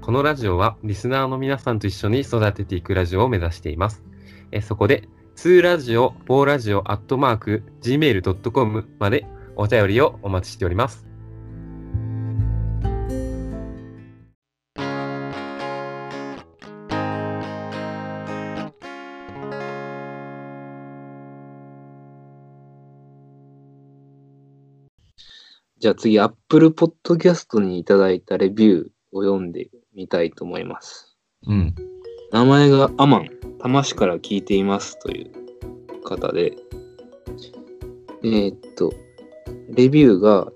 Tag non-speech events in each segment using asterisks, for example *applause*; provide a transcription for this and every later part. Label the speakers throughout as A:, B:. A: このラジオはリスナーの皆さんと一緒に育てていくラジオを目指しています。えそこで、2ラジオ、4ラジオ、アットマーク、gmail.com までお便りをお待ちしております。
B: じゃあ次、Apple Podcast にいただいたレビューを読んでみたいと思います。
A: うん。
B: 名前がアマン、多摩市から聞いていますという方で、えーっと、レビューが、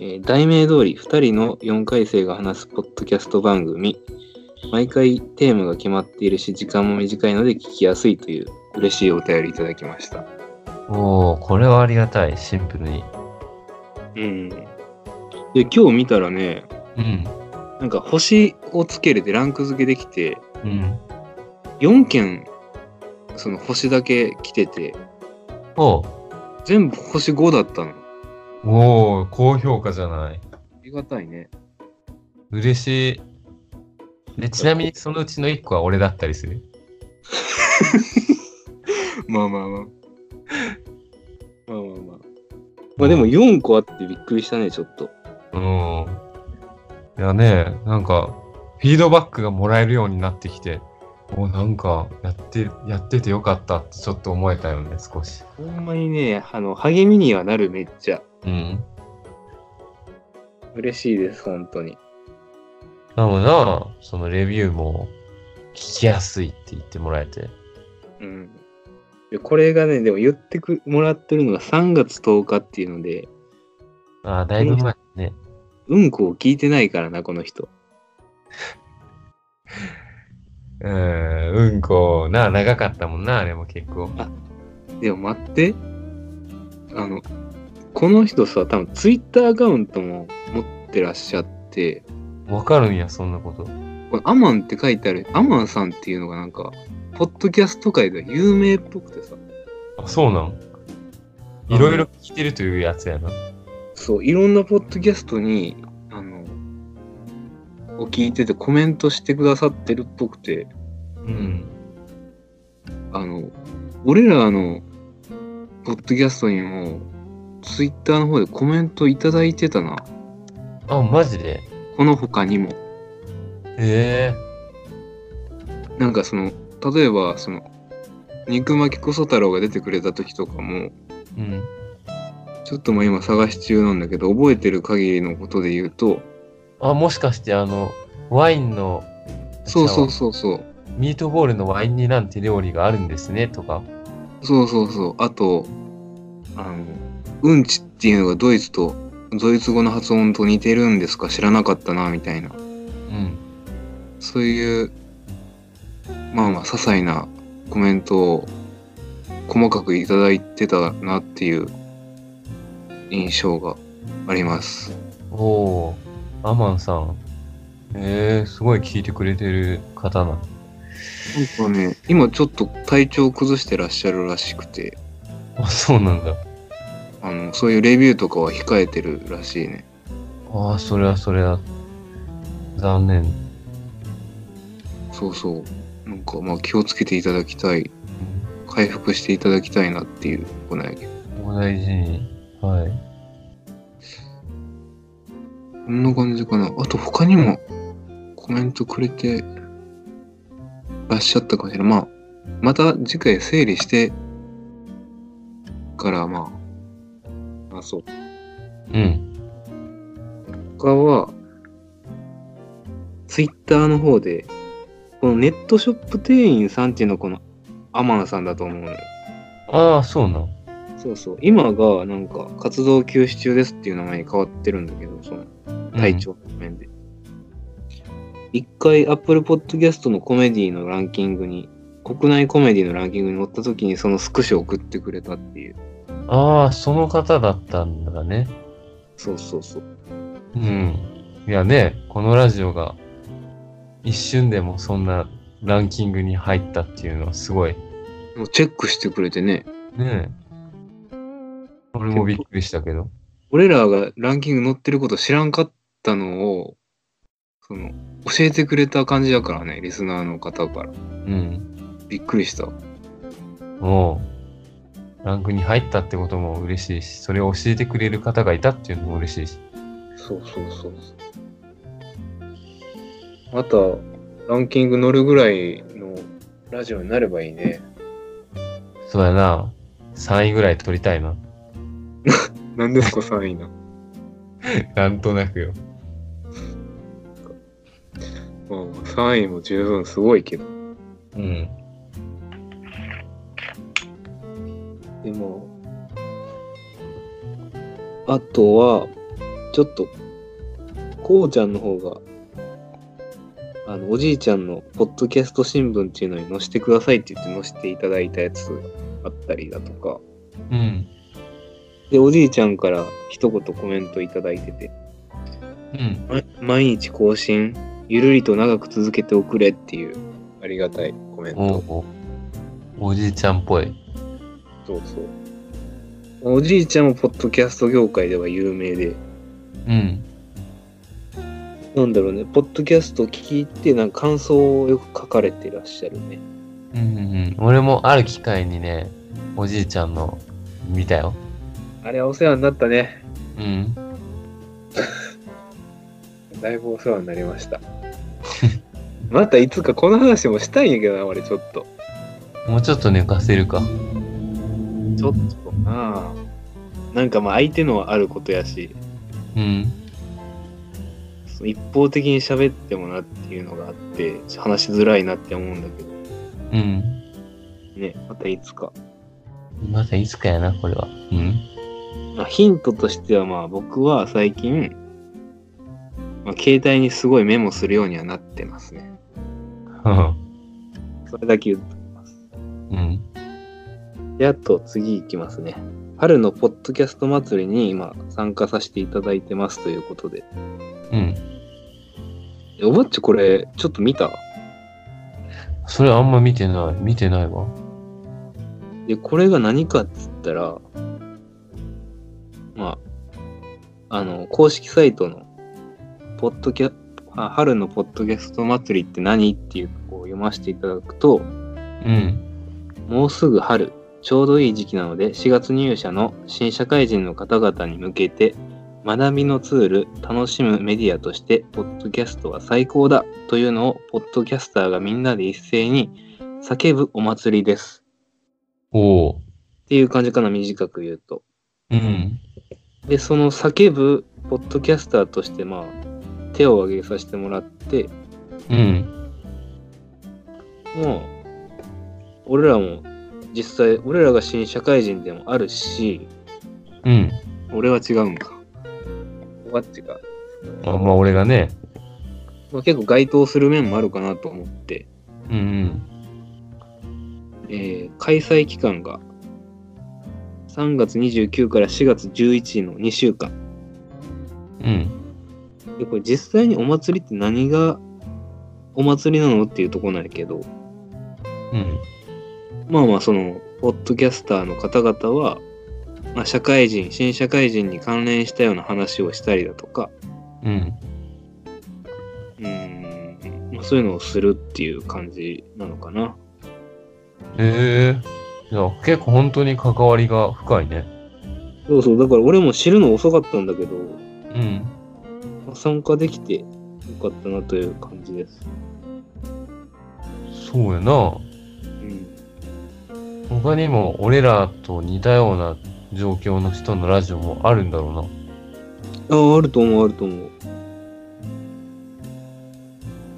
B: えー題名通り2人の4回生が話すポッドキャスト番組、毎回テーマが決まっているし、時間も短いので聞きやすいという嬉しいお便りいただきました。
C: おお、これはありがたい、シンプルに。
B: うん。で、今日見たらね、
C: うん。
B: なんか星をつけれてランク付けできて、
C: うん。
B: 4件その星だけ来てて
C: お
B: 全部星5だったのあ
C: おー、高評価じゃない。
B: りがたいね
C: 嬉しい。で、ちなみにそのうちの1個は俺だったりする。
B: まあまあまあまあまあまあまあでも4個あってびっくりしたねちょっと
C: うん。いやね、なんか、フィードバックがもらえるようになってきて、もうなんか、やって、やっててよかったってちょっと思えたよね、少し。
B: ほんまにねあの励みにはなるめっちゃ
C: うん。
B: 嬉しいです本当に
C: なのな、そのレビューも、聞きやすいって言ってもらえて。
B: うんでこれがねでも言ってくもらってるのが3月10日っていうので
C: ああ、だいぶ前ね。
B: うんこを聞いてないからなこの人
C: うん、うんこ、な、長かったもんな、あれも結構。
B: でも待って。あの、この人さ、多分ツイッターアカウントも持ってらっしゃって、
C: わかるんや、そんなこと。
B: これアマンって書いてある、アマンさんっていうのがなんか、ポッドキャスト界では有名っぽくてさ、
C: あ、そうなんいろいろ聞いてるというやつやな。
B: そう、いろんなポッドキャストに、あの、を聞いててコメントしてくださってるっぽくて、
C: うん。
B: あの、俺らの、ポッドキャストにも、ツイッターの方でコメントいただいてたな。
C: あ、マジで
B: この他にも。
C: え
B: なんかその例えばその肉巻きこそ太郎が出てくれた時とかも
C: えうん。
B: ちょっともう今探し中なんだけど覚えてる限りのことで言うと
C: あ、もしかして、あの、ワインの、
B: そうそう
C: じゃ
B: そうそう
C: あミートボールのワイン煮なんて料理があるんですね、とか。
B: そうそうそうあとあのうんちっていうのがドイツとドイツ語の発音と似てるんですか知らなかったなみたいな
C: うん。
B: そういうまあまあ些細なコメントを細かくいただいてたなっていう印象があります。
C: おおアマンさん。ええすごい聞いてくれてる方なの。
B: なんかね、今ちょっと体調を崩してらっしゃるらしくて、
C: あ、そうなんだ。
B: あの、そういうレビューとかは控えてるらしいね。
C: ああ、それはそれは。残念。
B: そうそう。なんか、まあ気をつけていただきたい。
C: うん
B: 回復していただきたいなっていう、このやけど。
C: お大事に。はい。
B: こんな感じかな。あと他にもコメントくれてらっしゃったかしら。まあ、また次回整理してから、まあ、あ、そう。
C: うん。
B: 他は、ツイッターの方で、このネットショップ店員さんっていうのはこのアマンさんだと思うのよ。
C: ああ、そうなん。
B: そうそう。今がなんか活動休止中ですっていう名前に変わってるんだけど、その体調の面で。一、回 Apple Podcast のコメディのランキングに、国内コメディのランキングに載った時にそのスクショを送ってくれたっていう。
C: ああ、その方だったんだね。
B: そうそうそう。
C: うん。いやね、このラジオが一瞬でもそんなランキングに入ったっていうのはすごい。
B: もうチェックしてくれてね。
C: ねえ。俺もびっくりしたけど。
B: 俺らがランキング載ってること知らんかったのを、その、教えてくれた感じだからね、リスナーの方から。
C: うん。
B: びっくりした。
C: もう、ランクに入ったってことも嬉しいし、それを教えてくれる方がいたっていうのも嬉しいし。
B: そうそうそうそう。また、ランキング乗るぐらいのラジオになればいいね。
C: そうやな。3位ぐらい取りたいな。
B: なんですか、3位な。
C: なんとなくよ。
B: まあ、3位も十分すごいけど。
C: うん。
B: でも、あとは、ちょっと、こうちゃんの方が、あの、おじいちゃんのポッドキャスト新聞っていうのに載せてくださいって言って載せていただいたやつあったりだとか、
C: うん。
B: で、おじいちゃんから一言コメントいただいてて、
C: うん。
B: ま毎日更新、ゆるりと長く続けておくれっていう、ありがたいコメン
C: お
B: ト。
C: お。おじいちゃんっぽい。
B: そうそう。まあおじいちゃんもポッドキャスト業界では有名で、
C: うん。
B: なんだろうね、ポッドキャスト聞いて、なんか感想をよく書かれてらっしゃるね。
C: うんうんうん。俺もある機会にね、おじいちゃんの見たよ。
B: あれはお世話になったね。
C: うん。
B: だいぶお世話になりま *laughs* した。またいつかこの話もしたいんやけどな、俺ちょっと。
C: もうちょっと寝かせるか。
B: ちょっとなあなんかまあ相手のあることやし、
C: うん。
B: その一方的に喋ってもなっていうのがあって、話しづらいなって思うんだけど、
C: うん。
B: ね、またいつか。
C: またいつかやな、これは。うん。
B: まあ、ヒントとしてはまあ僕は最近、まあ、携帯にすごいメモするようにはなってますね。それだけ言ってます。
C: うん。
B: で、あと次いきますね。春のポッドキャスト祭りに今参加させていただいてますということで。
C: うん。
B: えおばっちこれ、ちょっと見た
C: それあんま見てない。見てないわ。
B: で、これが何かっつったら、まあ、あの、公式サイトの、ポッドキャ、あ春のポッドキャスト祭りって何っていうのを読ませていただくと、
C: うん。
B: もうすぐ春、ちょうどいい時期なので、4月入社の新社会人の方々に向けて、学びのツール、楽しむメディアとして、ポッドキャストは最高だというのを、ポッドキャスターがみんなで一斉に叫ぶお祭りです。
C: おお。
B: っていう感じかな、短く言うと。
C: うん。
B: で、その叫ぶ、ポッドキャスターとして、まあ、手を挙げさせてもらって、
C: うん。
B: もう、俺らも、実際、俺らが新社会人でもあるし、
C: うん。
B: 俺は違うんか。わっちが。
C: あまあ、俺がね。
B: まあ、結構該当する面もあるかなと思って、
C: うん
B: えー開催期間が3月29から4月11の2週間。
C: うん。うん。
B: で、これ実際にお祭りって何がお祭りなのっていうとこなんやけど、
C: うん。
B: まあまあその、ポッドキャスターの方々は、まあ、社会人、新社会人に関連したような話をしたりだとか、
C: うん。
B: うーん、まあ、そういうのをするっていう感じなのかな。
C: ええいや、結構本当に関わりが深いね。
B: そうそう、だから俺も知るの遅かったんだけど、
C: うん。
B: まあ参加できてよかったなという感じです。
C: そうやな。
B: うん。
C: 他にも俺らと似たような状況の人のラジオもあるんだろ
B: ああ、あると思う、あると思う。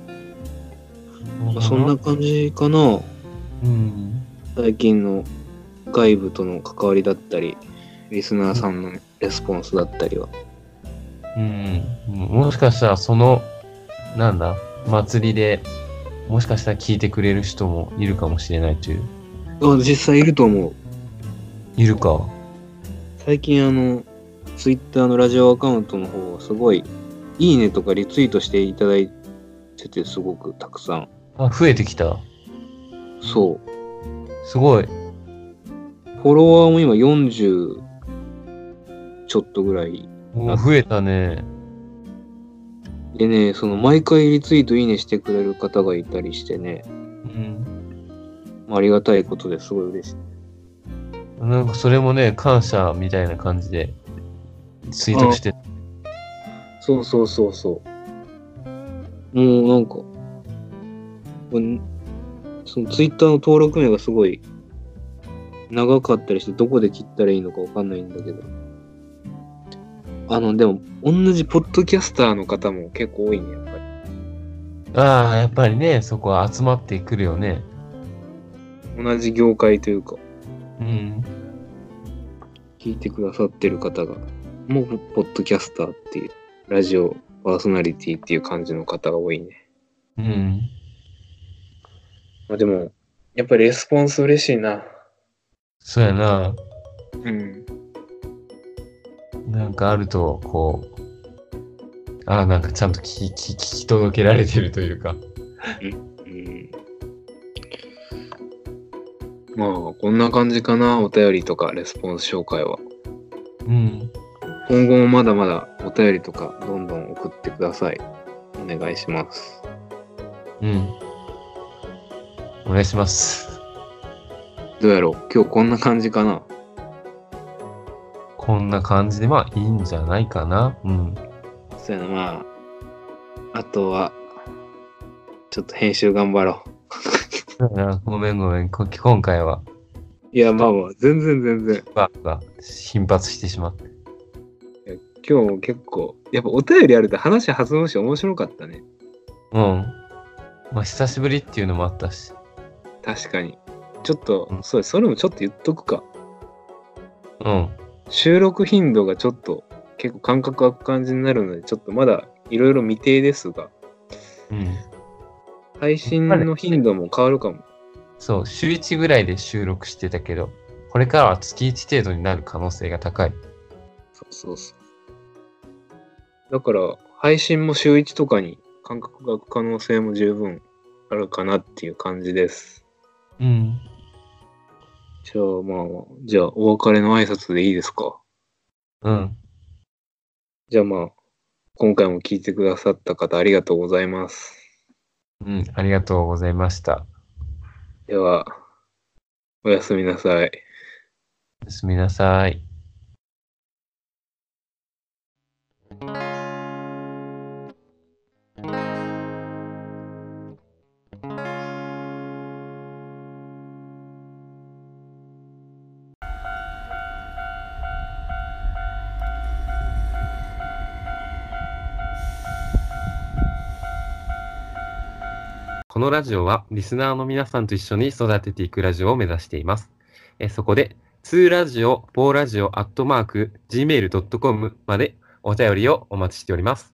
C: う
B: ま
C: な。
B: あそんな。感じかな。
C: うん。
B: 最近の外部との関わりだったり、リスナーさんのレスポンスだったりは。
C: うん。もしかしたらその、なんだ、祭りで、もしかしたら聞いてくれる人もいるかもしれないという。
B: あ実際いると思う。
C: いるか。
B: 最近あの、ツイッターのラジオアカウントの方はすごい、いいねとかリツイートしていただいてて、すごくたくさん。
C: あ、増えてきた。
B: そう。
C: すごい。
B: フォロワーも今40ちょっとぐらい
C: お増えたね。
B: でね、その毎回リツイートいいねしてくれる方がいたりしてね、
C: うん。
B: まあ、ありがたいことですごい嬉しい。
C: なんかそれもね、感謝みたいな感じで、ツイートして、
B: そうそうそうそう。もうなんか、うんそのツイッターの登録名がすごい長かったりして、どこで切ったらいいのかわかんないんだけど。あの、でも、同じポッドキャスターの方も結構多いね、やっぱり。
C: ああ、やっぱりね、そこは集まってくるよね。
B: 同じ業界というか、
C: うん。
B: 聞いてくださってる方が、もうポッドキャスターっていう、ラジオパーソナリティっていう感じの方が多いね。
C: うん。
B: まあでも、やっぱりレスポンス嬉しいな。
C: そうやな。
B: うん。
C: なんかあると、こう、ああ、なんかちゃんと聞き聞き届けられてるというか。
B: うん。まあ、こんな感じかな。お便りとかレスポンス紹介は。
C: うん。
B: 今後もまだまだお便りとかどんどん送ってください。お願いします。
C: うん。お願いします。
B: どうやろう今日こんな感じかな。
C: こんな感じで、まあいいんじゃないかな。うん。
B: そうやな、まあ。あとは、ちょっと編集頑張ろう。
C: そうやなごめんごめん。こ今回は、
B: いや、まあまあ、全然全然。
C: バーが頻発してしまって。
B: 今日も結構、やっぱお便りあると話弾むし面白かったね。
C: うん。まあ久しぶりっていうのもあったし。
B: 確かに。ちょっと、
C: うん
B: そうそれもちょっと言っとくか。
C: うん。
B: 収録頻度がちょっと結構感覚空く感じになるので、ちょっとまだいろいろ未定ですが、
C: うん。
B: 配信の頻度も変わるかも。
C: そう、週1ぐらいで収録してたけど、これからは月1程度になる可能性が高い。
B: そうそうそう。だから、配信も週1とかに感覚が空く可能性も十分あるかなっていう感じです。
C: うん。
B: じゃあまあまあ、じゃあお別れの挨拶でいいですか。
C: うん。
B: じゃあまあ、今回も聞いてくださった方ありがとうございます。
C: うん。ありがとうございました。
B: では、おやすみなさい。
C: おやすみなさい。
A: このラジオはリスナーの皆さんと一緒に育てていくラジオを目指しています。えーそこで、2ラジオ、4ラジオ、アットマーク、gmail.com までお便りをお待ちしております。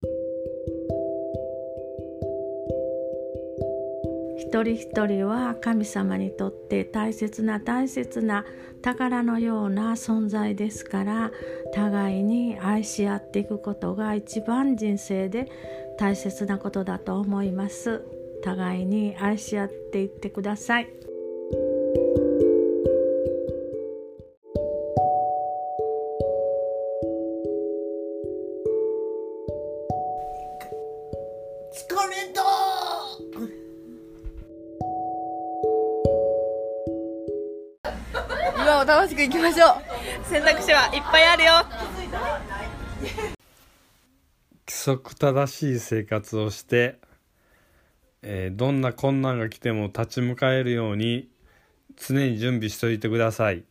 D: 一人一人は神様にとって大切な大切な宝のような存在ですから互いに愛し合っていくことが一番人生で大切なことだと思います互いに愛し合っていってください
E: 疲れた
F: 今を楽しくいきましょう選択肢はいっぱいあるよ
G: 規則正しい生活をして、えーどんな困難が来ても立ち向かえるように常に準備しておいてください。